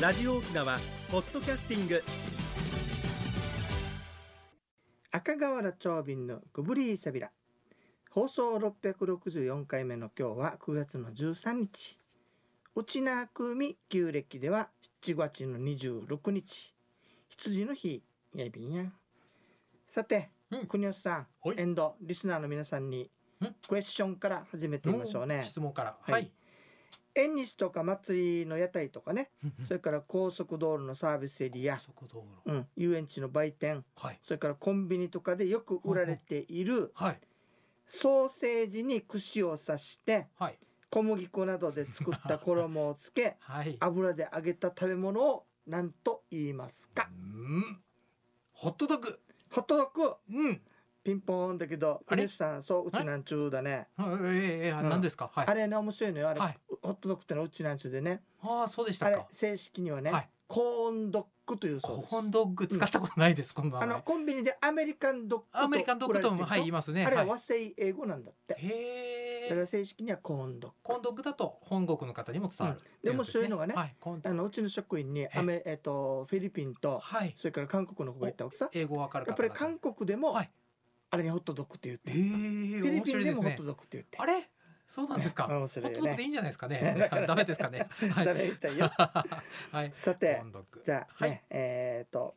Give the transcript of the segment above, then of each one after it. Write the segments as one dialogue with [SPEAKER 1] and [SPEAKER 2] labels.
[SPEAKER 1] ラジオ沖縄ポッドキャスティング
[SPEAKER 2] 赤瓦長瓶のグブリーサビラ放送664回目の今日は9月の13日内な組旧暦では7月の26日羊の日やいびんやさて、
[SPEAKER 3] うん
[SPEAKER 2] 国吉さん
[SPEAKER 3] ほい
[SPEAKER 2] エンドリスナーの皆さんに
[SPEAKER 3] うん
[SPEAKER 2] クエスチョンから始めてみましょうね
[SPEAKER 3] 質問から。
[SPEAKER 2] はい
[SPEAKER 3] はい。
[SPEAKER 2] 縁日とか祭りの屋台とかねそれから高速道路のサービスエリア、
[SPEAKER 3] 速道路。
[SPEAKER 2] うん、遊園地の売店
[SPEAKER 3] はい。
[SPEAKER 2] それからコンビニとかでよく売られている
[SPEAKER 3] はい。
[SPEAKER 2] ソーセージに串を刺して
[SPEAKER 3] はい。
[SPEAKER 2] 小麦粉などで作 った衣をつけ
[SPEAKER 3] はい。
[SPEAKER 2] 油で揚げた食べ物を何と言いますか
[SPEAKER 3] うん。ホットドッグ。
[SPEAKER 2] ホットドッグ
[SPEAKER 3] うん。
[SPEAKER 2] ピンポーンだけど
[SPEAKER 3] あれ
[SPEAKER 2] 国吉さんそううちなんちゅうだね
[SPEAKER 3] ええええ
[SPEAKER 2] ん
[SPEAKER 3] 何ですか。はい
[SPEAKER 2] あ。れね面白いのよあれ、
[SPEAKER 3] はい
[SPEAKER 2] ホットドッグってのはうちなんちゅうでね
[SPEAKER 3] ああ、そうでした
[SPEAKER 2] あれ
[SPEAKER 3] か。
[SPEAKER 2] 正式にはね、
[SPEAKER 3] はい
[SPEAKER 2] コーンドッグというそう
[SPEAKER 3] コ
[SPEAKER 2] です
[SPEAKER 3] ーンドッグ使ったことないです。こんば
[SPEAKER 2] あ
[SPEAKER 3] ん
[SPEAKER 2] の
[SPEAKER 3] は。
[SPEAKER 2] コンビニでアメリカンドッグと
[SPEAKER 3] アメリカンドッグと
[SPEAKER 2] 売
[SPEAKER 3] も、
[SPEAKER 2] ら
[SPEAKER 3] は
[SPEAKER 2] れ
[SPEAKER 3] い、言
[SPEAKER 2] て
[SPEAKER 3] い
[SPEAKER 2] るでしょ
[SPEAKER 3] ますね。
[SPEAKER 2] あれは
[SPEAKER 3] はい
[SPEAKER 2] 和。製英語なんだって、
[SPEAKER 3] へ
[SPEAKER 2] だから
[SPEAKER 3] え。
[SPEAKER 2] 正式にはコーンドッグ
[SPEAKER 3] コーンドッグだと、本国の方にも伝わる。
[SPEAKER 2] うんでもそういうのがね
[SPEAKER 3] はい。コーンド
[SPEAKER 2] あ
[SPEAKER 3] ッグ。
[SPEAKER 2] のうちの職員にアメ、えっとフィリピンと
[SPEAKER 3] はい。
[SPEAKER 2] それから韓国の子がいたわけさ
[SPEAKER 3] 英語わかる
[SPEAKER 2] や
[SPEAKER 3] 方
[SPEAKER 2] っぱり
[SPEAKER 3] 々
[SPEAKER 2] 韓。国でも、
[SPEAKER 3] はい
[SPEAKER 2] あれにホットドッグって言って、
[SPEAKER 3] ええ。フ
[SPEAKER 2] フィリピンでもホットドッグって言って、
[SPEAKER 3] あれ。そうなんですか。
[SPEAKER 2] うん
[SPEAKER 3] ホ
[SPEAKER 2] 面
[SPEAKER 3] ッ
[SPEAKER 2] 白いよね
[SPEAKER 3] トドッグでいいんじゃないですか
[SPEAKER 2] だ
[SPEAKER 3] ね
[SPEAKER 2] か ら。
[SPEAKER 3] ダメですかね。は
[SPEAKER 2] 誰が言ったんよ
[SPEAKER 3] はい。
[SPEAKER 2] さ
[SPEAKER 3] コ
[SPEAKER 2] て
[SPEAKER 3] ーンドッグ
[SPEAKER 2] じゃあ
[SPEAKER 3] は
[SPEAKER 2] ね、
[SPEAKER 3] い。
[SPEAKER 2] えっ、と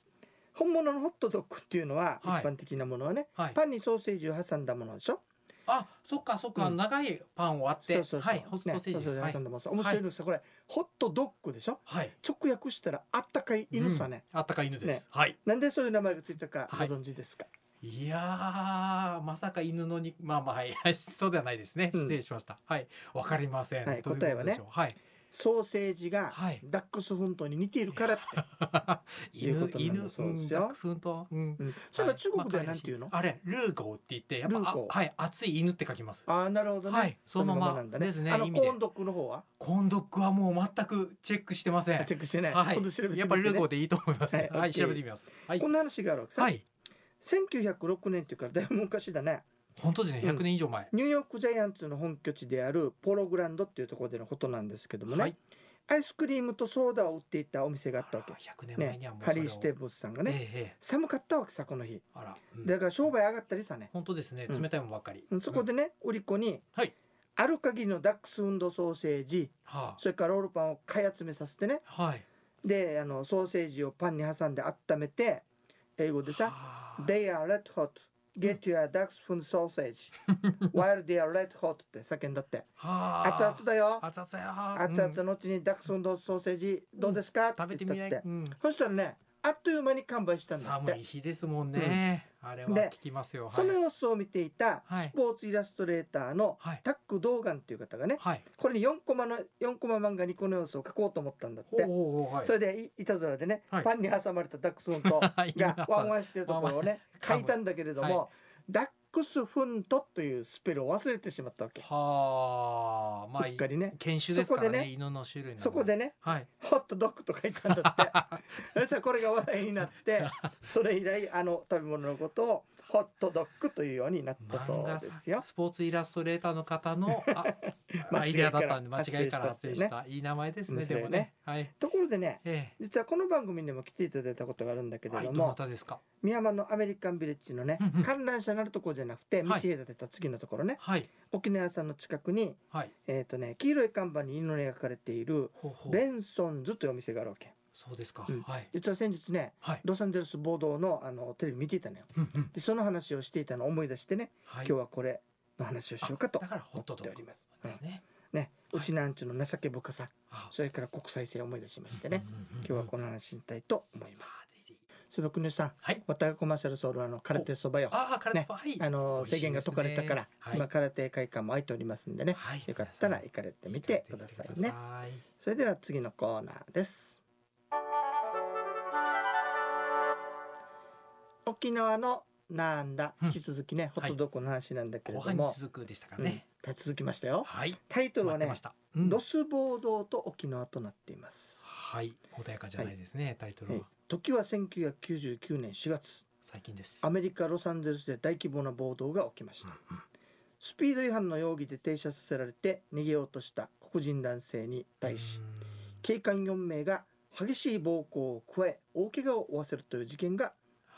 [SPEAKER 2] 本物のホットドッグっていうのは一
[SPEAKER 3] はい
[SPEAKER 2] 般的なものはね、
[SPEAKER 3] はい。
[SPEAKER 2] パンにソーセージを挟んだものでしょ
[SPEAKER 3] あ、そっかそっか、
[SPEAKER 2] うん
[SPEAKER 3] 長いパンを割って、
[SPEAKER 2] そうそうそう、
[SPEAKER 3] はい、ホットソーセージ、
[SPEAKER 2] ね
[SPEAKER 3] はい
[SPEAKER 2] 挟んだものさ面白いのさ、これホットドッグでしょ
[SPEAKER 3] はい、
[SPEAKER 2] 直訳したらあったかい犬さね、
[SPEAKER 3] うんあったかい犬です。はい。
[SPEAKER 2] なんでそういう名前がついたかご
[SPEAKER 3] はい
[SPEAKER 2] 存知ですか、
[SPEAKER 3] いやー、まさか犬のに、まあまあはい、そうではないですね。
[SPEAKER 2] うん
[SPEAKER 3] 失礼しました。はい、わかりません。
[SPEAKER 2] はい
[SPEAKER 3] どううこと
[SPEAKER 2] 答えはね
[SPEAKER 3] でしょう はい。
[SPEAKER 2] ソーセージが
[SPEAKER 3] はい
[SPEAKER 2] ダックスフントに似てい るからって、い
[SPEAKER 3] 犬
[SPEAKER 2] うことなんだ
[SPEAKER 3] 犬
[SPEAKER 2] そうです
[SPEAKER 3] ん
[SPEAKER 2] よ
[SPEAKER 3] ダックスフント。うん。
[SPEAKER 2] うんそれは中国では
[SPEAKER 3] まあ
[SPEAKER 2] なんて言うの、
[SPEAKER 3] あれルーゴーって言ってやっぱ
[SPEAKER 2] ルーゴー
[SPEAKER 3] あはい熱い犬って書きます。
[SPEAKER 2] ああなるほどね、
[SPEAKER 3] はいそのまま
[SPEAKER 2] なんだ
[SPEAKER 3] ですね
[SPEAKER 2] あの
[SPEAKER 3] 意味で
[SPEAKER 2] コーンドッグの方は
[SPEAKER 3] コーンドッグはもう全くチェックしてません。
[SPEAKER 2] チェックしてない、
[SPEAKER 3] はい
[SPEAKER 2] 今度調べてみて、ね、
[SPEAKER 3] やっぱルーゴーでいいと思います。
[SPEAKER 2] はい
[SPEAKER 3] はい、
[SPEAKER 2] OK
[SPEAKER 3] 調べてみます。はい
[SPEAKER 2] こんな話があるわけさ、
[SPEAKER 3] はい
[SPEAKER 2] 1906年っていうからだいぶ昔だね
[SPEAKER 3] 本当ですね
[SPEAKER 2] うん
[SPEAKER 3] 100年以上前。
[SPEAKER 2] ニューヨークジャイアンツの本拠地であるポログランドっていうところでのことなんですけどもね、
[SPEAKER 3] はい。
[SPEAKER 2] アイスクリームとソーダを売っていたお店があったわけ
[SPEAKER 3] あら100年前
[SPEAKER 2] ね
[SPEAKER 3] にはもう
[SPEAKER 2] ハ
[SPEAKER 3] それ
[SPEAKER 2] リ
[SPEAKER 3] を
[SPEAKER 2] ー・ステーブスさんが
[SPEAKER 3] え
[SPEAKER 2] ね、
[SPEAKER 3] えええ
[SPEAKER 2] 寒かったわけさこの日
[SPEAKER 3] あら、うん
[SPEAKER 2] だから商売上がったりさね、
[SPEAKER 3] 本当ですね
[SPEAKER 2] うん
[SPEAKER 3] 冷たいもんばっかり、
[SPEAKER 2] そこで
[SPEAKER 3] うん
[SPEAKER 2] ね売り子に、
[SPEAKER 3] はい
[SPEAKER 2] ある限りのダックスフンドソーセージ
[SPEAKER 3] は
[SPEAKER 2] それからロールパンを買い集めさせてね
[SPEAKER 3] あはい
[SPEAKER 2] であのソーセージをパンに挟んで温めて英語でさ
[SPEAKER 3] はあ
[SPEAKER 2] They are red hot. Get your ducks from the sausage. While they are red hot って叫んだって。
[SPEAKER 3] はあ
[SPEAKER 2] 熱々だよ。
[SPEAKER 3] 熱々や
[SPEAKER 2] 熱々のうちにダックスフンドソーセージどうですか、
[SPEAKER 3] 食べ
[SPEAKER 2] って
[SPEAKER 3] て
[SPEAKER 2] 言っ
[SPEAKER 3] み
[SPEAKER 2] た
[SPEAKER 3] な
[SPEAKER 2] っ
[SPEAKER 3] い、
[SPEAKER 2] て
[SPEAKER 3] う。ん
[SPEAKER 2] そしたらね、あっという間に完売したんだっ
[SPEAKER 3] 寒い
[SPEAKER 2] て。
[SPEAKER 3] 日ですもんね、あれは
[SPEAKER 2] で
[SPEAKER 3] 聞きますよ
[SPEAKER 2] その様子を見ていた
[SPEAKER 3] はい
[SPEAKER 2] スポーツイラストレーターの
[SPEAKER 3] はい
[SPEAKER 2] タック・ドーガンという方がね、
[SPEAKER 3] はい
[SPEAKER 2] これに4コマの4コマ漫画にこの様子を描こうと思ったんだっ
[SPEAKER 3] おう
[SPEAKER 2] て。
[SPEAKER 3] おうおうはい
[SPEAKER 2] それでいいたずらでね、
[SPEAKER 3] はい
[SPEAKER 2] パンに挟まれたダックスフン ト
[SPEAKER 3] はい
[SPEAKER 2] がワンワンしてるところ をね
[SPEAKER 3] ワンワ
[SPEAKER 2] 書
[SPEAKER 3] ン
[SPEAKER 2] いたんだけれども、
[SPEAKER 3] は
[SPEAKER 2] ダックスフントというスペルを忘れてしまったわけ。
[SPEAKER 3] はあまあ
[SPEAKER 2] うっかりね
[SPEAKER 3] 研修ですから
[SPEAKER 2] そこ
[SPEAKER 3] ね
[SPEAKER 2] でね
[SPEAKER 3] 犬の種類なの
[SPEAKER 2] そこでね
[SPEAKER 3] はい
[SPEAKER 2] ホットドッグと書いたんだっ てそしたらこれが話題になってそれ以来あの食べ物のことをホットドッグというようになったそ
[SPEAKER 3] 漫画
[SPEAKER 2] うですよ。
[SPEAKER 3] スポーツイラストレーターの方のあ
[SPEAKER 2] 間違いから
[SPEAKER 3] アイデアだったんで間違いから
[SPEAKER 2] 発
[SPEAKER 3] 発
[SPEAKER 2] 生
[SPEAKER 3] 生
[SPEAKER 2] した
[SPEAKER 3] した、いい名前ですね
[SPEAKER 2] 面白い
[SPEAKER 3] で
[SPEAKER 2] ね
[SPEAKER 3] もねはい
[SPEAKER 2] ところでね
[SPEAKER 3] え
[SPEAKER 2] 実はこの番組にも来ていただいたことがあるんだけ
[SPEAKER 3] え
[SPEAKER 2] れ
[SPEAKER 3] はい
[SPEAKER 2] ど
[SPEAKER 3] ど
[SPEAKER 2] も、
[SPEAKER 3] なたですか
[SPEAKER 2] 美山のアメリカンビレッジのね
[SPEAKER 3] うんうん
[SPEAKER 2] 観覧車のあるところじゃなくて道
[SPEAKER 3] はい
[SPEAKER 2] 隔てた次のところね、
[SPEAKER 3] はい
[SPEAKER 2] 沖縄さんの近くに
[SPEAKER 3] はい
[SPEAKER 2] えーとね、黄色い看板に犬の絵が描かれている
[SPEAKER 3] ほうほう
[SPEAKER 2] ベンソンズというお店があるわけ
[SPEAKER 3] そうですか、
[SPEAKER 2] うん
[SPEAKER 3] はい
[SPEAKER 2] 実は先日ね
[SPEAKER 3] はい、
[SPEAKER 2] ロサンゼルス暴動のあのテレビ見ていたのよ
[SPEAKER 3] うんうん
[SPEAKER 2] でその話をしていたのを思い出してね、
[SPEAKER 3] はい、
[SPEAKER 2] 今日はこれの話をしようかと
[SPEAKER 3] あだからホットドッ
[SPEAKER 2] 思ってお
[SPEAKER 3] グ
[SPEAKER 2] ります
[SPEAKER 3] ですね、
[SPEAKER 2] ね、
[SPEAKER 3] はい
[SPEAKER 2] うちなんちゅうの情け深さ
[SPEAKER 3] あ
[SPEAKER 2] それから国際性を思い出しましてね、今日はこの話にしたいと思います
[SPEAKER 3] あぜひぜひ
[SPEAKER 2] そればくにさん
[SPEAKER 3] はい
[SPEAKER 2] わたがコマーシャルソウルあの空手そばよあ
[SPEAKER 3] あー体
[SPEAKER 2] ね
[SPEAKER 3] スパはい
[SPEAKER 2] の制限が解かれたから、
[SPEAKER 3] はい
[SPEAKER 2] 今空手会館も開いておりますんでね、
[SPEAKER 3] はい
[SPEAKER 2] よかったら行かれてみてくださいね
[SPEAKER 3] はい
[SPEAKER 2] それでは次のコーナーです沖縄のなんだ
[SPEAKER 3] うん
[SPEAKER 2] 引き続きね、ホットドッグの話なんだけれ
[SPEAKER 3] 後
[SPEAKER 2] ど
[SPEAKER 3] 半に
[SPEAKER 2] も、
[SPEAKER 3] 続くでしたか
[SPEAKER 2] うん
[SPEAKER 3] ね、
[SPEAKER 2] 立ち続きましたよ
[SPEAKER 3] はい
[SPEAKER 2] タイトルは
[SPEAKER 3] 待って
[SPEAKER 2] ね
[SPEAKER 3] ました、うん
[SPEAKER 2] ロス暴動と沖縄となっています、
[SPEAKER 3] はい穏やかじゃないですね、タイトル
[SPEAKER 2] は
[SPEAKER 3] は、
[SPEAKER 2] い、時は1999年4月
[SPEAKER 3] 最近です
[SPEAKER 2] アメリカロサンゼルスで大規模な暴動が起きました
[SPEAKER 3] うん
[SPEAKER 2] スピード違反の容疑で停車させられて逃げようとした黒人男性に対し
[SPEAKER 3] うん
[SPEAKER 2] 警官4名が激しい暴行を加え大怪我を負わせるという事件が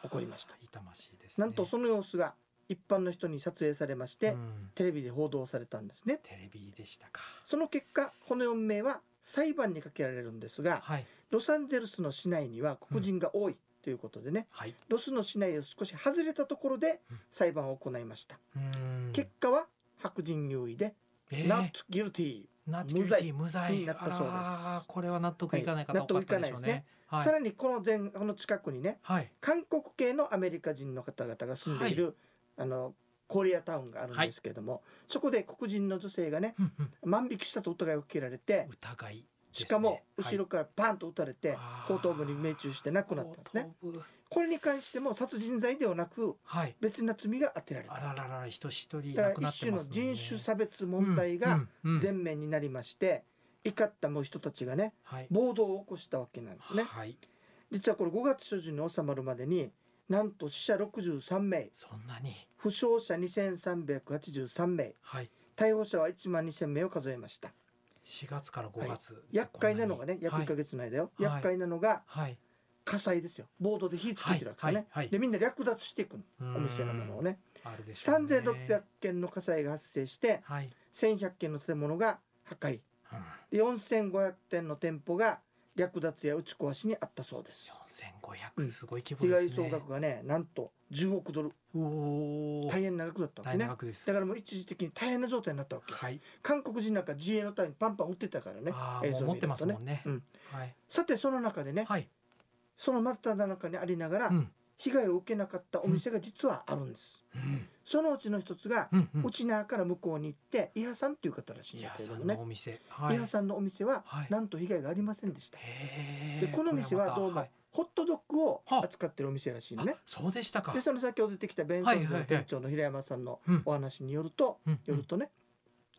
[SPEAKER 2] 起こりました
[SPEAKER 3] はあ痛ましいですね。
[SPEAKER 2] なんとその様子が一般の人に撮影されまして、
[SPEAKER 3] うん
[SPEAKER 2] テレビで報道されたんですね
[SPEAKER 3] テレビでしたか。
[SPEAKER 2] その結果この4名は裁判にかけられるんですが
[SPEAKER 3] はい
[SPEAKER 2] ロサンゼルスの市内には黒人が多いということでね、
[SPEAKER 3] はい。
[SPEAKER 2] ロスの市内を少し外れたところで
[SPEAKER 3] うん
[SPEAKER 2] 裁判を行いました、
[SPEAKER 3] うん
[SPEAKER 2] 結果は白人優位で、
[SPEAKER 3] えー
[SPEAKER 2] Not guilty、
[SPEAKER 3] ナッ
[SPEAKER 2] 無罪
[SPEAKER 3] 無罪
[SPEAKER 2] になったそうで
[SPEAKER 3] あ
[SPEAKER 2] す
[SPEAKER 3] らーこれは納得いかない方、
[SPEAKER 2] はい
[SPEAKER 3] 多かったでしょうね。はい
[SPEAKER 2] さらにこの前この近くにね
[SPEAKER 3] はい
[SPEAKER 2] 韓国系のアメリカ人の方々が住んでいる、あのコリアタウンがあるんですけれども、そこで黒人の女性がね
[SPEAKER 3] うんうん
[SPEAKER 2] 万引きしたと疑いをかけられて、
[SPEAKER 3] 疑いですね、
[SPEAKER 2] しかも
[SPEAKER 3] はい
[SPEAKER 2] 後ろからパンと撃たれて、
[SPEAKER 3] あー
[SPEAKER 2] 後頭部に命中して亡くなったんですね
[SPEAKER 3] 後頭部
[SPEAKER 2] これに関しても殺人罪ではなく
[SPEAKER 3] はい。
[SPEAKER 2] 別な罪が当てられた
[SPEAKER 3] あらららら人一人
[SPEAKER 2] だ
[SPEAKER 3] 亡
[SPEAKER 2] か
[SPEAKER 3] く
[SPEAKER 2] ら
[SPEAKER 3] なっ
[SPEAKER 2] 一
[SPEAKER 3] て
[SPEAKER 2] 種
[SPEAKER 3] ま
[SPEAKER 2] の
[SPEAKER 3] すもんね
[SPEAKER 2] 人種差別問題
[SPEAKER 3] う
[SPEAKER 2] が
[SPEAKER 3] んうんうん
[SPEAKER 2] 前面になりまして怒ったもう人たちがね
[SPEAKER 3] はい
[SPEAKER 2] 暴動を起こしたわけなんですね
[SPEAKER 3] はい。
[SPEAKER 2] 実はこれ5月初旬に収まるまでになんと死者63名
[SPEAKER 3] そんなに
[SPEAKER 2] 負傷者2383名
[SPEAKER 3] はい。
[SPEAKER 2] 逮捕者は1万2000名を数えました
[SPEAKER 3] 4月から5月、
[SPEAKER 2] 厄介なのがね
[SPEAKER 3] こん
[SPEAKER 2] 約
[SPEAKER 3] なに
[SPEAKER 2] 1ヶ月の間よ、
[SPEAKER 3] はい
[SPEAKER 2] 厄介なのが
[SPEAKER 3] はい
[SPEAKER 2] 火災ですよ暴動で火つけてるわけですよ
[SPEAKER 3] はい
[SPEAKER 2] ね、
[SPEAKER 3] はいはい
[SPEAKER 2] でみんな略奪していくの
[SPEAKER 3] はい
[SPEAKER 2] お店のものをね
[SPEAKER 3] あるでしょうね
[SPEAKER 2] 3600件の火災が発生して
[SPEAKER 3] はい、
[SPEAKER 2] 1100件の建物が破壊
[SPEAKER 3] うん、
[SPEAKER 2] で4500店の店舗が略奪や打ち壊しにあったそうですう
[SPEAKER 3] 4500
[SPEAKER 2] ん
[SPEAKER 3] すごい規
[SPEAKER 2] 被
[SPEAKER 3] 模で
[SPEAKER 2] 害
[SPEAKER 3] すね、
[SPEAKER 2] 総額がねなんと10億ドル
[SPEAKER 3] おー
[SPEAKER 2] 大変な額だった
[SPEAKER 3] 大
[SPEAKER 2] わけ
[SPEAKER 3] 変
[SPEAKER 2] ね
[SPEAKER 3] な額です
[SPEAKER 2] だからもう一時的に大変な状態になったわけ
[SPEAKER 3] はい、
[SPEAKER 2] 韓国人なんか自衛のためにパンパン撃ってたからね
[SPEAKER 3] ああもう持ってますもんね、
[SPEAKER 2] うん
[SPEAKER 3] はい
[SPEAKER 2] さてその中でね、
[SPEAKER 3] はい、
[SPEAKER 2] その真っ只中にありながら、
[SPEAKER 3] うん
[SPEAKER 2] 被害を受けなかったお店が実はあるんです、
[SPEAKER 3] うん
[SPEAKER 2] そのうちの一つが、
[SPEAKER 3] うんうん
[SPEAKER 2] 内縄から向こうに行って伊波さんっていう方らしいん
[SPEAKER 3] い
[SPEAKER 2] だ
[SPEAKER 3] や
[SPEAKER 2] けれ
[SPEAKER 3] さ
[SPEAKER 2] ども
[SPEAKER 3] んの
[SPEAKER 2] ね
[SPEAKER 3] お店は
[SPEAKER 2] 伊
[SPEAKER 3] い
[SPEAKER 2] 波さんのお店は、
[SPEAKER 3] はい
[SPEAKER 2] なんと被害がありませんでした
[SPEAKER 3] へー
[SPEAKER 2] でこの店はどう
[SPEAKER 3] こ
[SPEAKER 2] も
[SPEAKER 3] れ
[SPEAKER 2] ホットドッグを
[SPEAKER 3] はあ
[SPEAKER 2] 扱ってるお店らしい
[SPEAKER 3] また
[SPEAKER 2] のね
[SPEAKER 3] はいあ。そうでしたか
[SPEAKER 2] でその先ほど出てきた弁当
[SPEAKER 3] はいはいは
[SPEAKER 2] の
[SPEAKER 3] い
[SPEAKER 2] 店長の平山さんの
[SPEAKER 3] うん
[SPEAKER 2] お話によると、
[SPEAKER 3] うん
[SPEAKER 2] よるとね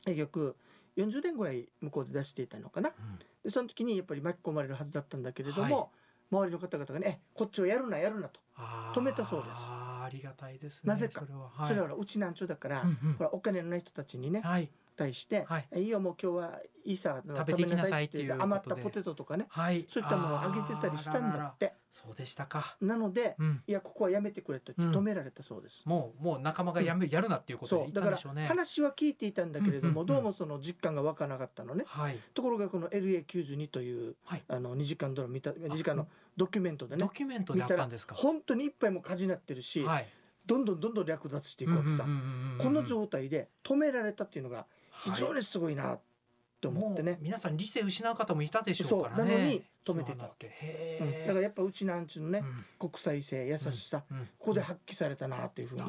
[SPEAKER 2] 結局40年ぐらい向こうで出していたのかな
[SPEAKER 3] うん
[SPEAKER 2] でその時にやっぱり巻き込まれるはずだったんだけれども、周りの方々がねえ「こっちをやるなやるな」と、
[SPEAKER 3] あー
[SPEAKER 2] 止めたそうです
[SPEAKER 3] あーありがたいですね
[SPEAKER 2] なぜか
[SPEAKER 3] それははい
[SPEAKER 2] それはほらうちなんちゅうだから、
[SPEAKER 3] うんうん
[SPEAKER 2] ほらお金のない人たちにね、
[SPEAKER 3] はい
[SPEAKER 2] 対して、
[SPEAKER 3] はい
[SPEAKER 2] い、いよもう今日はいいさ
[SPEAKER 3] 食べていきなさいっていう
[SPEAKER 2] 食べなさいっ
[SPEAKER 3] こと
[SPEAKER 2] て余
[SPEAKER 3] で
[SPEAKER 2] ったポテトとかね
[SPEAKER 3] はい
[SPEAKER 2] そういったものをあげてたりしたん
[SPEAKER 3] あーらら
[SPEAKER 2] だ
[SPEAKER 3] ら
[SPEAKER 2] って
[SPEAKER 3] そうでしたか
[SPEAKER 2] なので、
[SPEAKER 3] うん
[SPEAKER 2] いやここはやめてくれと言って
[SPEAKER 3] うん
[SPEAKER 2] 止められたそうです、
[SPEAKER 3] もうもう仲間がやめ、やるなっていうことで言
[SPEAKER 2] そう
[SPEAKER 3] った
[SPEAKER 2] だか
[SPEAKER 3] ん
[SPEAKER 2] ら
[SPEAKER 3] でしょうね
[SPEAKER 2] 話は聞いていたんだけれど
[SPEAKER 3] う
[SPEAKER 2] も、
[SPEAKER 3] んうんうん
[SPEAKER 2] どうもその実感が湧かなかったのね
[SPEAKER 3] はい
[SPEAKER 2] ところがこの LA92 という、
[SPEAKER 3] はい
[SPEAKER 2] あの2時間ドラマ見た2時間のドキュメントでね
[SPEAKER 3] ドキュメント
[SPEAKER 2] 見
[SPEAKER 3] であったた
[SPEAKER 2] ら
[SPEAKER 3] んですか
[SPEAKER 2] 本当にいっぱいもう火事になってるし、
[SPEAKER 3] はい
[SPEAKER 2] どんどんどんどん略奪していくわけさ、
[SPEAKER 3] うんうんうんうんうん
[SPEAKER 2] この状態で止められたっていうのが非常
[SPEAKER 3] はい
[SPEAKER 2] にすごいなと思ってね
[SPEAKER 3] もう、皆さん理性失う方もいたでしょうからね
[SPEAKER 2] そうなのに止めてたわ
[SPEAKER 3] け
[SPEAKER 2] うん、だからやっぱうちなんちゅうのね、国際性優しさ、ここで発揮されたなというふうに、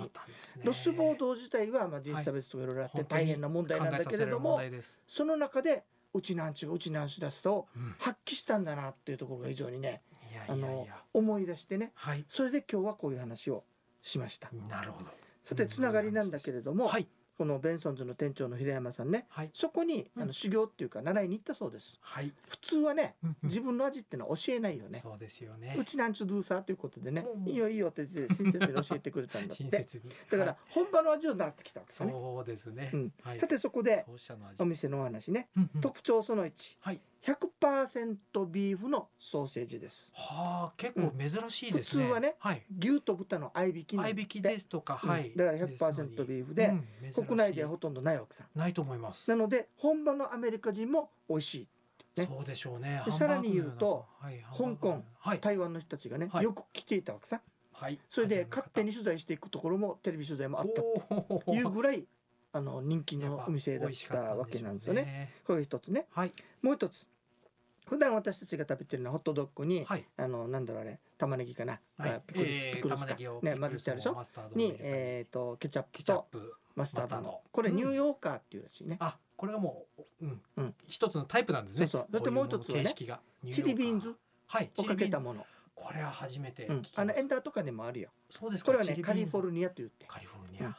[SPEAKER 2] ロス暴動自体はまあ人種差別とかいろいろあって大変な問題なんだけれども、その中でうちなんちゅううちなんちゅうらしさを発揮したんだなっていうところが非常にね
[SPEAKER 3] いやい
[SPEAKER 2] あ
[SPEAKER 3] やい
[SPEAKER 2] の
[SPEAKER 3] や
[SPEAKER 2] 思い出してね
[SPEAKER 3] はい
[SPEAKER 2] それで今日はこういう話をしました
[SPEAKER 3] なるほど
[SPEAKER 2] さてつながりなんだけれども、
[SPEAKER 3] はい
[SPEAKER 2] このベンソンズの店長の平山さんね
[SPEAKER 3] はい
[SPEAKER 2] そこに
[SPEAKER 3] うん
[SPEAKER 2] あの修行っていうか習いに行ったそうです
[SPEAKER 3] はい
[SPEAKER 2] 普通はね
[SPEAKER 3] うんうん
[SPEAKER 2] 自分の味ってのは教えないよね
[SPEAKER 3] そうですよね
[SPEAKER 2] うちなんちゅうドゥーサーということでね
[SPEAKER 3] もうもう
[SPEAKER 2] いいよいいよって言って親切に教えてくれたんだ っ
[SPEAKER 3] 親
[SPEAKER 2] て
[SPEAKER 3] 切に
[SPEAKER 2] だか
[SPEAKER 3] は
[SPEAKER 2] ら
[SPEAKER 3] い
[SPEAKER 2] 本場の味を習ってきたわけですよね
[SPEAKER 3] そうですね
[SPEAKER 2] うん
[SPEAKER 3] はい
[SPEAKER 2] さてそこで
[SPEAKER 3] そうしたの味
[SPEAKER 2] お店のお話ね
[SPEAKER 3] うんうん
[SPEAKER 2] 特徴その1
[SPEAKER 3] はい
[SPEAKER 2] 100%ビーフのソーセージです
[SPEAKER 3] はあ結構珍しいです
[SPEAKER 2] うん普通はね
[SPEAKER 3] はい
[SPEAKER 2] 牛と豚の合いびきなん
[SPEAKER 3] 合
[SPEAKER 2] で
[SPEAKER 3] いびきですとか
[SPEAKER 2] うん
[SPEAKER 3] はい
[SPEAKER 2] だから
[SPEAKER 3] ですのに
[SPEAKER 2] 100%ビーフで
[SPEAKER 3] うん珍しい
[SPEAKER 2] 国内ではほとんどないわけさ
[SPEAKER 3] ないと思います
[SPEAKER 2] なので本場のアメリカ人も美味しいね
[SPEAKER 3] そうでしょうね
[SPEAKER 2] で
[SPEAKER 3] ハンバーグ
[SPEAKER 2] さらに言うと
[SPEAKER 3] のようなはい
[SPEAKER 2] 香港
[SPEAKER 3] はい
[SPEAKER 2] 台湾の人たちがね、
[SPEAKER 3] はい
[SPEAKER 2] よく来ていたわけさ
[SPEAKER 3] はい
[SPEAKER 2] それで
[SPEAKER 3] アジアの方
[SPEAKER 2] 勝手に取材していくところもテレビ取材もあったと
[SPEAKER 3] おー
[SPEAKER 2] いうぐらいあの人気
[SPEAKER 3] や
[SPEAKER 2] の
[SPEAKER 3] ぱ
[SPEAKER 2] お店だ
[SPEAKER 3] 美
[SPEAKER 2] っ
[SPEAKER 3] 味しか
[SPEAKER 2] た
[SPEAKER 3] た
[SPEAKER 2] わけなんですよね。
[SPEAKER 3] ね
[SPEAKER 2] これが一つね
[SPEAKER 3] はい
[SPEAKER 2] もう一つ普段私たちが食べてるのはホットドッグに、
[SPEAKER 3] はい
[SPEAKER 2] あのなんだろうあれ玉ねぎかな、
[SPEAKER 3] は
[SPEAKER 2] あ
[SPEAKER 3] い
[SPEAKER 2] ピクルス、
[SPEAKER 3] えー
[SPEAKER 2] ピクルス
[SPEAKER 3] 玉
[SPEAKER 2] か
[SPEAKER 3] ねぎを
[SPEAKER 2] ね
[SPEAKER 3] ピク
[SPEAKER 2] 混
[SPEAKER 3] ルス
[SPEAKER 2] ぜてあるでしょ
[SPEAKER 3] マスタードを入れ
[SPEAKER 2] に、
[SPEAKER 3] たり
[SPEAKER 2] えー、とケチャッ
[SPEAKER 3] ケ
[SPEAKER 2] プ
[SPEAKER 3] チャッ
[SPEAKER 2] と
[SPEAKER 3] プ
[SPEAKER 2] マスタード
[SPEAKER 3] マスター
[SPEAKER 2] の
[SPEAKER 3] ド
[SPEAKER 2] これ
[SPEAKER 3] うん
[SPEAKER 2] ニューヨーカーっていうらしいね、
[SPEAKER 3] あこれがもううん、
[SPEAKER 2] うん
[SPEAKER 3] 一つのタイプなんですね
[SPEAKER 2] そうそう
[SPEAKER 3] こいの
[SPEAKER 2] だってもう一つはね
[SPEAKER 3] 形式が
[SPEAKER 2] チリビーン
[SPEAKER 3] ニュ
[SPEAKER 2] ズ
[SPEAKER 3] ーヨーカーはい
[SPEAKER 2] をかけた
[SPEAKER 3] チリビーン
[SPEAKER 2] もの、
[SPEAKER 3] これは初めて
[SPEAKER 2] う
[SPEAKER 3] 聞
[SPEAKER 2] ん
[SPEAKER 3] き
[SPEAKER 2] あ
[SPEAKER 3] ま
[SPEAKER 2] の
[SPEAKER 3] す、
[SPEAKER 2] エンターとかにもあるよ
[SPEAKER 3] そうですか
[SPEAKER 2] これはねカリフォ
[SPEAKER 3] ニ
[SPEAKER 2] ルニアと言って
[SPEAKER 3] アカリフォルニア、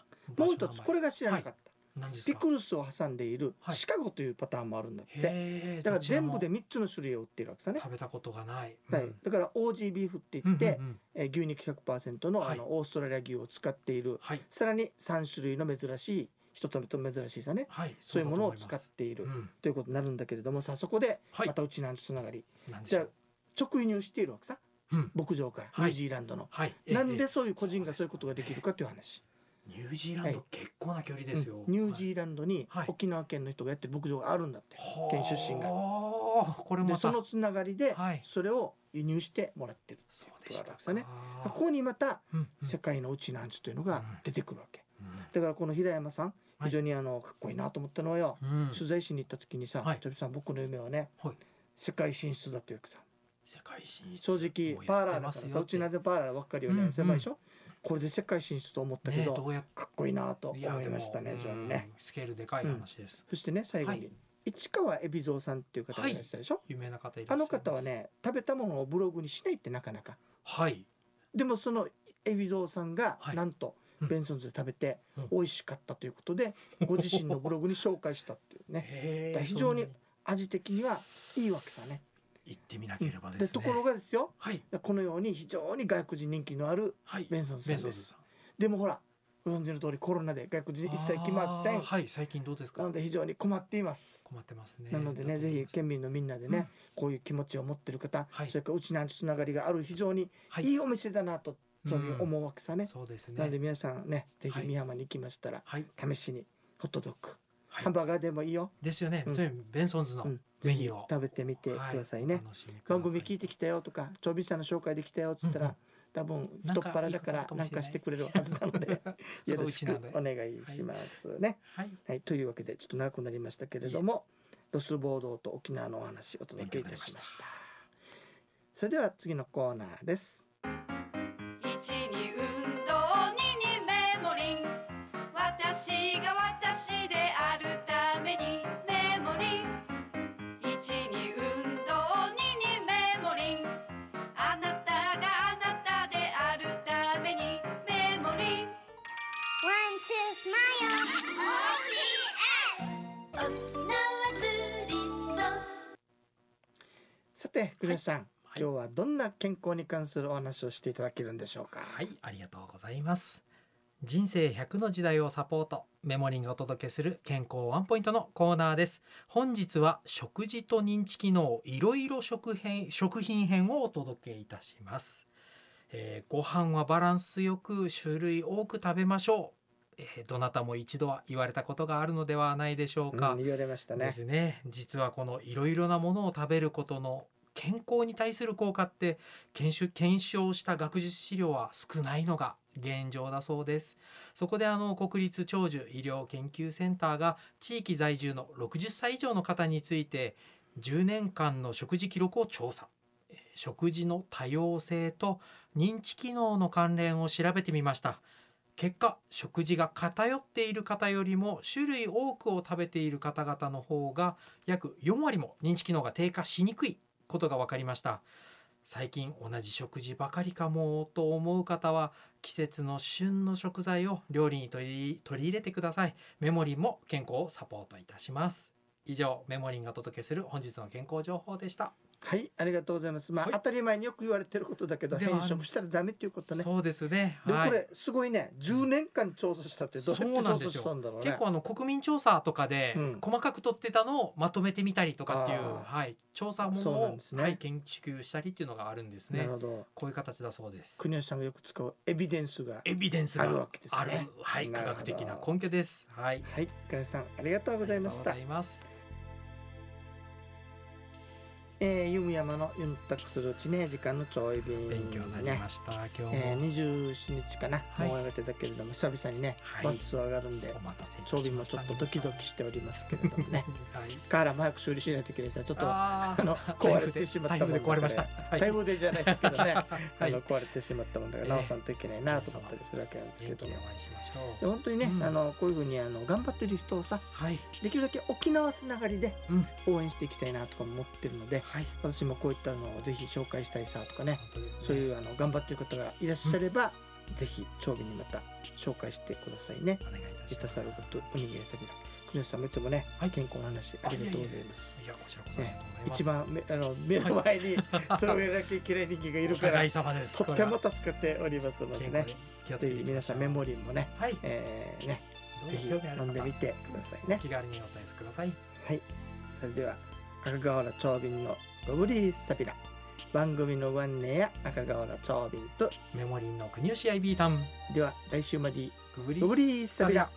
[SPEAKER 2] もう一つこ
[SPEAKER 3] れ
[SPEAKER 2] れが知らなかった、
[SPEAKER 3] 何ですか
[SPEAKER 2] ピクルスを挟んでいる
[SPEAKER 3] はい
[SPEAKER 2] シカゴというパターンもあるんだって、
[SPEAKER 3] へー
[SPEAKER 2] だから
[SPEAKER 3] どちら
[SPEAKER 2] 全
[SPEAKER 3] も
[SPEAKER 2] 部で3つの種類を売っているわけさね、
[SPEAKER 3] 食べたことがない、
[SPEAKER 2] はい
[SPEAKER 3] うん、
[SPEAKER 2] だから OG ビーフって
[SPEAKER 3] うんう
[SPEAKER 2] 言っ
[SPEAKER 3] ん
[SPEAKER 2] て、
[SPEAKER 3] うん
[SPEAKER 2] えー牛肉100%の,、
[SPEAKER 3] はい
[SPEAKER 2] あのオーストラリア牛を使っている
[SPEAKER 3] はい
[SPEAKER 2] さらに3種類の珍しい一つ目と珍しいさね
[SPEAKER 3] はい
[SPEAKER 2] そういうものを
[SPEAKER 3] だと
[SPEAKER 2] 使
[SPEAKER 3] 思
[SPEAKER 2] っている
[SPEAKER 3] います
[SPEAKER 2] ということになるんだけれどもさあそこで
[SPEAKER 3] はい
[SPEAKER 2] またうちなんちつながり、
[SPEAKER 3] うん、なんで
[SPEAKER 2] じ
[SPEAKER 3] しょ
[SPEAKER 2] ゃあ
[SPEAKER 3] う
[SPEAKER 2] 直輸入しているわけさ
[SPEAKER 3] うん
[SPEAKER 2] 牧場からニ
[SPEAKER 3] はい
[SPEAKER 2] ュージーランドの、
[SPEAKER 3] はい。ええ
[SPEAKER 2] なん
[SPEAKER 3] え
[SPEAKER 2] で
[SPEAKER 3] え
[SPEAKER 2] そういう個人がそういうことができるかという話、
[SPEAKER 3] ニュージーラン
[SPEAKER 2] は
[SPEAKER 3] ド結構な距離ですよ。
[SPEAKER 2] うんニュージーランドに
[SPEAKER 3] はい
[SPEAKER 2] 沖縄県の人がやってる牧場があるんだって、
[SPEAKER 3] は
[SPEAKER 2] 県出身が
[SPEAKER 3] はあこれ
[SPEAKER 2] で
[SPEAKER 3] ま
[SPEAKER 2] そ
[SPEAKER 3] た
[SPEAKER 2] のつながりで
[SPEAKER 3] はい
[SPEAKER 2] それを輸入してもらってる
[SPEAKER 3] そうでした
[SPEAKER 2] ですね
[SPEAKER 3] か
[SPEAKER 2] ここにまた
[SPEAKER 3] うんうん
[SPEAKER 2] 世界のうちなんちゅというのが出てくるわけ
[SPEAKER 3] うん
[SPEAKER 2] だからこの平山さん
[SPEAKER 3] はい
[SPEAKER 2] 非常にあのかっこいいなと思ったのはよ、
[SPEAKER 3] うん
[SPEAKER 2] 取材しに行った時にさ
[SPEAKER 3] はい
[SPEAKER 2] 「ちょびさん僕の夢はね
[SPEAKER 3] はい
[SPEAKER 2] 世界進出だ」って言うわけさ
[SPEAKER 3] 世界進出
[SPEAKER 2] 正直パーラーだからさうちなん
[SPEAKER 3] だ
[SPEAKER 2] でパーラーばっかりよ
[SPEAKER 3] うんう
[SPEAKER 2] ね
[SPEAKER 3] ん
[SPEAKER 2] 狭いでしょこれで世界進出と思ったけ
[SPEAKER 3] ねえ
[SPEAKER 2] ど
[SPEAKER 3] どうやっ
[SPEAKER 2] かっこいいなと思
[SPEAKER 3] や
[SPEAKER 2] いましたね
[SPEAKER 3] で
[SPEAKER 2] 非
[SPEAKER 3] も
[SPEAKER 2] 常にね
[SPEAKER 3] うんスケールでかい話です、
[SPEAKER 2] そしてね最後
[SPEAKER 3] は
[SPEAKER 2] に市川海老蔵さんっていう方がいらっしゃるでしょ
[SPEAKER 3] 有名な方いらっしゃ
[SPEAKER 2] あ
[SPEAKER 3] いま
[SPEAKER 2] の
[SPEAKER 3] す
[SPEAKER 2] 方はね食べたものをブログにしないってなかなか
[SPEAKER 3] はい
[SPEAKER 2] でもその海老蔵さんが
[SPEAKER 3] はい
[SPEAKER 2] なんと
[SPEAKER 3] うん
[SPEAKER 2] ベンソンズで食べて
[SPEAKER 3] うん
[SPEAKER 2] 美味しかったということでご自身のブログに紹介したっていう ね
[SPEAKER 3] へえ
[SPEAKER 2] だから非常に
[SPEAKER 3] そんな
[SPEAKER 2] 味的にはいいわけさね。
[SPEAKER 3] 行ってみな
[SPEAKER 2] う
[SPEAKER 3] け
[SPEAKER 2] ん
[SPEAKER 3] ればですね、
[SPEAKER 2] でところがですよ
[SPEAKER 3] はい
[SPEAKER 2] このように非常に外国人人気のある
[SPEAKER 3] はい
[SPEAKER 2] ベンソンズさん
[SPEAKER 3] ベンソ
[SPEAKER 2] で
[SPEAKER 3] ンズ
[SPEAKER 2] す
[SPEAKER 3] さん
[SPEAKER 2] でもほらご存知の通りコロナで外国人一切来ませ
[SPEAKER 3] あー
[SPEAKER 2] ん
[SPEAKER 3] はい最近どうですか
[SPEAKER 2] なので非常に困っています
[SPEAKER 3] 困ってますね
[SPEAKER 2] なのでね
[SPEAKER 3] だと
[SPEAKER 2] ぜ
[SPEAKER 3] 思い
[SPEAKER 2] ひ
[SPEAKER 3] ます
[SPEAKER 2] 県民のみんなで
[SPEAKER 3] う
[SPEAKER 2] ね
[SPEAKER 3] ん
[SPEAKER 2] こういう気持ちを持ってる方
[SPEAKER 3] はい
[SPEAKER 2] それからうちなんちつながりがある非常に
[SPEAKER 3] はい
[SPEAKER 2] いいお店だなとそういう思うわけさね
[SPEAKER 3] そうですね
[SPEAKER 2] なので皆さんねぜひ
[SPEAKER 3] はい
[SPEAKER 2] 美山に行きましたら
[SPEAKER 3] はい
[SPEAKER 2] 試しにホットドッグ、
[SPEAKER 3] はい
[SPEAKER 2] ハンバーガーでもいいよ、
[SPEAKER 3] ですよね、
[SPEAKER 2] うん
[SPEAKER 3] とにかくベンソンズの
[SPEAKER 2] うん、
[SPEAKER 3] メ
[SPEAKER 2] ぜ
[SPEAKER 3] ニ
[SPEAKER 2] ひ
[SPEAKER 3] ューを
[SPEAKER 2] 食べてみてくださいね、
[SPEAKER 3] は楽しみくださ
[SPEAKER 2] 番組聞いてきたよとか調味師さんの紹介できたよっつったら、
[SPEAKER 3] うんうん
[SPEAKER 2] 多分
[SPEAKER 3] なん
[SPEAKER 2] 太
[SPEAKER 3] か
[SPEAKER 2] っ腹だから
[SPEAKER 3] いいことかもしれない
[SPEAKER 2] なんかしてくれるはずなのでよろし
[SPEAKER 3] そう
[SPEAKER 2] く
[SPEAKER 3] うちな
[SPEAKER 2] お
[SPEAKER 3] んで
[SPEAKER 2] 願いしますね。
[SPEAKER 3] はい
[SPEAKER 2] はい、というわけでちょっと長くなりましたけれどもロスボードと沖縄のお話お届けいたしました。それでは次のコーナーです。
[SPEAKER 4] 一に運動二にメモリン私が私であるためにメモリン一に運動二にメモリンあなたがあなたであるためにメモリン
[SPEAKER 5] One, two, smile. OPS.
[SPEAKER 4] 沖縄ツーリスト
[SPEAKER 2] さて国吉さ
[SPEAKER 3] い
[SPEAKER 2] ん、今日はどんな健康に関するお話をしていただけるんでしょうか。
[SPEAKER 3] はい、ありがとうございます。人生100の時代をサポート、メモリンがお届けする健康ワンポイントのコーナーです。本日は食事と認知機能いろいろ食品食品編をお届けいたします。えーご飯はバランスよく種類多く食べましょう。えーどなたも一度は言われたことがあるのではないでしょうか。
[SPEAKER 2] うん、言われました
[SPEAKER 3] で
[SPEAKER 2] ね
[SPEAKER 3] す。ね実はこのいろいろなものを食べることの健康に対する効果って研修検証した学術資料は少ないのが現状だそうですそこであの国立長寿医療研究センターが地域在住の60歳以上の方について10年間の食事記録を調査えー食事の多様性と認知機能の関連を調べてみました結果食事が偏っている方よりも種類多くを食べている方々の方が約4割も認知機能が低下しにくいことが分かりました最近同じ食事ばかりかもと思う方は季節の旬の食材を料理に取り取り入れてくださいメモリンも健康をサポートいたします以上メモリンがお届けする本日の健康情報でした、
[SPEAKER 2] はい、ありがとうございます。まあ、
[SPEAKER 3] はい
[SPEAKER 2] 当たり前によく言われてることだけど
[SPEAKER 3] では
[SPEAKER 2] 変色したらダメっていうことね。
[SPEAKER 3] そうですね
[SPEAKER 2] でも
[SPEAKER 3] はい
[SPEAKER 2] これすごいね、10年間調査したってどうやって調査したんだろうね。
[SPEAKER 3] 結構あの国民調査とかで
[SPEAKER 2] うん
[SPEAKER 3] 細かく取ってたのをまとめてみたりとかっていう、
[SPEAKER 2] あー
[SPEAKER 3] はい、調査もの
[SPEAKER 2] そうなん
[SPEAKER 3] を
[SPEAKER 2] です、ね
[SPEAKER 3] はい、研究したりっていうのがあるんです
[SPEAKER 2] な
[SPEAKER 3] ね
[SPEAKER 2] るほど。
[SPEAKER 3] こういう形だそうです
[SPEAKER 2] 国吉さんがよく使うエビデンスが。
[SPEAKER 3] エビデンスが
[SPEAKER 2] あるわけですね
[SPEAKER 3] あるはい、
[SPEAKER 2] な
[SPEAKER 3] 科
[SPEAKER 2] るほど
[SPEAKER 3] 学的な根拠ですはい
[SPEAKER 2] はい、国吉さんありがとうございまし
[SPEAKER 3] あ
[SPEAKER 2] た
[SPEAKER 3] り。がとうございます
[SPEAKER 2] えー、ゆむやまのゆんたくするうちね時間のちょい便
[SPEAKER 3] 勉強になりました、今日も、
[SPEAKER 2] えー、27日かな、
[SPEAKER 3] はい
[SPEAKER 2] もうやがてだけれども久々にね、
[SPEAKER 3] はい
[SPEAKER 2] バツ上がるんで
[SPEAKER 3] お待たせいたし
[SPEAKER 2] 長
[SPEAKER 3] ました
[SPEAKER 2] 便もちょっとドキドキしておりますけれども ね
[SPEAKER 3] はい
[SPEAKER 2] カーラも早く修理しないといけないさちょっと
[SPEAKER 3] あー
[SPEAKER 2] あの壊れてしまった
[SPEAKER 3] 台風
[SPEAKER 2] もんだ
[SPEAKER 3] で
[SPEAKER 2] か
[SPEAKER 3] 壊
[SPEAKER 2] ら
[SPEAKER 3] れましたはい
[SPEAKER 2] 台風でじゃないけどね、
[SPEAKER 3] はい
[SPEAKER 2] あの壊れてしまったもんだから
[SPEAKER 3] ええ
[SPEAKER 2] 直さんといけないなと思ったりするわけなんですけ
[SPEAKER 3] 元
[SPEAKER 2] れ
[SPEAKER 3] 気
[SPEAKER 2] ども
[SPEAKER 3] にお会いしましょう
[SPEAKER 2] 本当にね、
[SPEAKER 3] うん
[SPEAKER 2] あのこういうふうにあの頑張ってる人をさ
[SPEAKER 3] はい
[SPEAKER 2] できるだけ沖縄つながりで
[SPEAKER 3] うん
[SPEAKER 2] 応援していきたいなとか思ってるので、
[SPEAKER 3] はい
[SPEAKER 2] 私もこういったのをぜひ紹介したいさとかね
[SPEAKER 3] 本当ですね
[SPEAKER 2] そういうあの頑張ってる方がいらっしゃれば、ぜひ長尾にまた紹介してくださいね
[SPEAKER 3] お願いいたし
[SPEAKER 2] い
[SPEAKER 3] ま
[SPEAKER 2] た
[SPEAKER 3] す
[SPEAKER 2] さることおにぎりさびら国吉さんもいつもね、
[SPEAKER 3] はい
[SPEAKER 2] 健康の話ありがとうございます
[SPEAKER 3] いやこちらこそありがとうございます
[SPEAKER 2] 一番目あの目の前に それをやらなきゃいけない人間がいるか
[SPEAKER 3] お
[SPEAKER 2] ら
[SPEAKER 3] 互い様です。
[SPEAKER 2] とっても助かっておりますので
[SPEAKER 3] 健
[SPEAKER 2] ね
[SPEAKER 3] 康に気をつけて
[SPEAKER 2] ぜひ
[SPEAKER 3] いき
[SPEAKER 2] 皆
[SPEAKER 3] まし
[SPEAKER 2] さ
[SPEAKER 3] ょうん
[SPEAKER 2] メモリーもね、
[SPEAKER 3] はい、
[SPEAKER 2] えーねぜひ
[SPEAKER 3] どうぞ興味ある
[SPEAKER 2] 飲
[SPEAKER 3] 方
[SPEAKER 2] んでみてくださいね
[SPEAKER 3] 気軽にお試しください。
[SPEAKER 2] はいそれでは赤瓦長瓶のゴブリーサビラ番組のご案内や赤瓦長瓶と
[SPEAKER 3] メモリーの国吉 IB タウン
[SPEAKER 2] では来週まで
[SPEAKER 3] グブリ
[SPEAKER 2] ごぶりーさびら